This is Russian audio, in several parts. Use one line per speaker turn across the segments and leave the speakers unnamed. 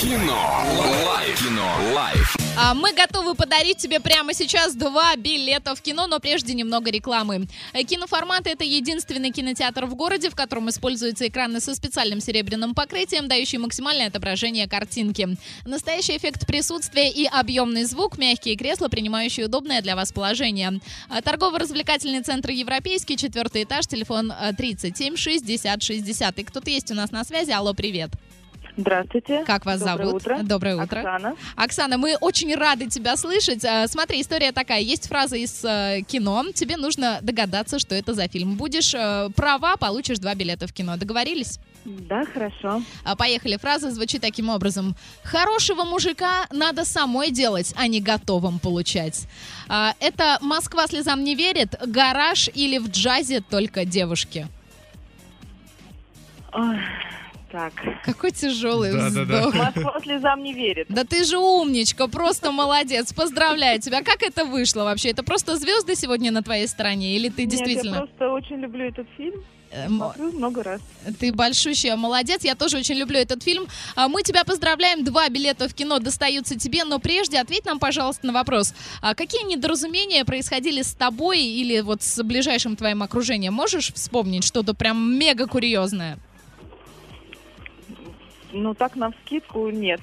Кино. Лайф. Кино. Лайф.
А, Мы готовы подарить тебе прямо сейчас два билета в кино, но прежде немного рекламы. Э, Киноформат — это единственный кинотеатр в городе, в котором используются экраны со специальным серебряным покрытием, дающие максимальное отображение картинки. Настоящий эффект присутствия и объемный звук, мягкие кресла, принимающие удобное для вас положение. А, Торгово-развлекательный центр «Европейский», четвертый этаж, телефон э, 37 60 60. И кто-то есть у нас на связи. Алло, привет.
Здравствуйте.
Как вас
Доброе
зовут?
Утро.
Доброе утро.
Оксана.
Оксана, мы очень рады тебя слышать. Э, Смотри, история такая. Есть фраза из э, кино. Тебе нужно догадаться, что это за фильм. Будешь э, права, получишь два билета в кино. Договорились?
Да, хорошо.
А, Поехали. Фраза звучит таким образом. Хорошего мужика надо самой делать, а не готовым получать. А, Это «Москва слезам не верит», «Гараж» или «В джазе только девушки».
Ой, так.
Какой тяжелый
Да-да-да.
вздох.
Москва слезам не верит.
Да ты же умничка, просто молодец. Поздравляю тебя. Как это вышло вообще? Это просто звезды сегодня на твоей стороне? Или ты
Нет, я
действительно...
просто очень люблю этот фильм.
Эм,
Смотрю много раз.
Ты большущая, молодец. Я тоже очень люблю этот фильм. А, Мы тебя поздравляем. Два билета в кино достаются тебе. Но прежде ответь нам, пожалуйста, на вопрос. А Какие недоразумения происходили с тобой или вот с ближайшим твоим окружением? Можешь вспомнить что-то прям мега курьезное?
Ну, так на вскидку нет.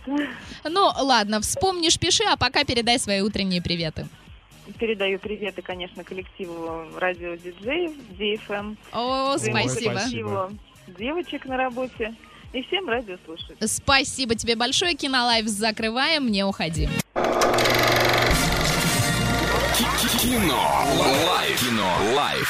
Ну, ладно, вспомнишь, пиши, а пока передай свои утренние приветы.
Передаю приветы, конечно, коллективу радио диджеев, DFM.
О,
спасибо.
спасибо.
Эм. Коллективу девочек на работе. И всем радио слушать.
Спасибо тебе большое, Кинолайф. Закрываем, не уходи.
Кино. Лайф. Кино. Лайф.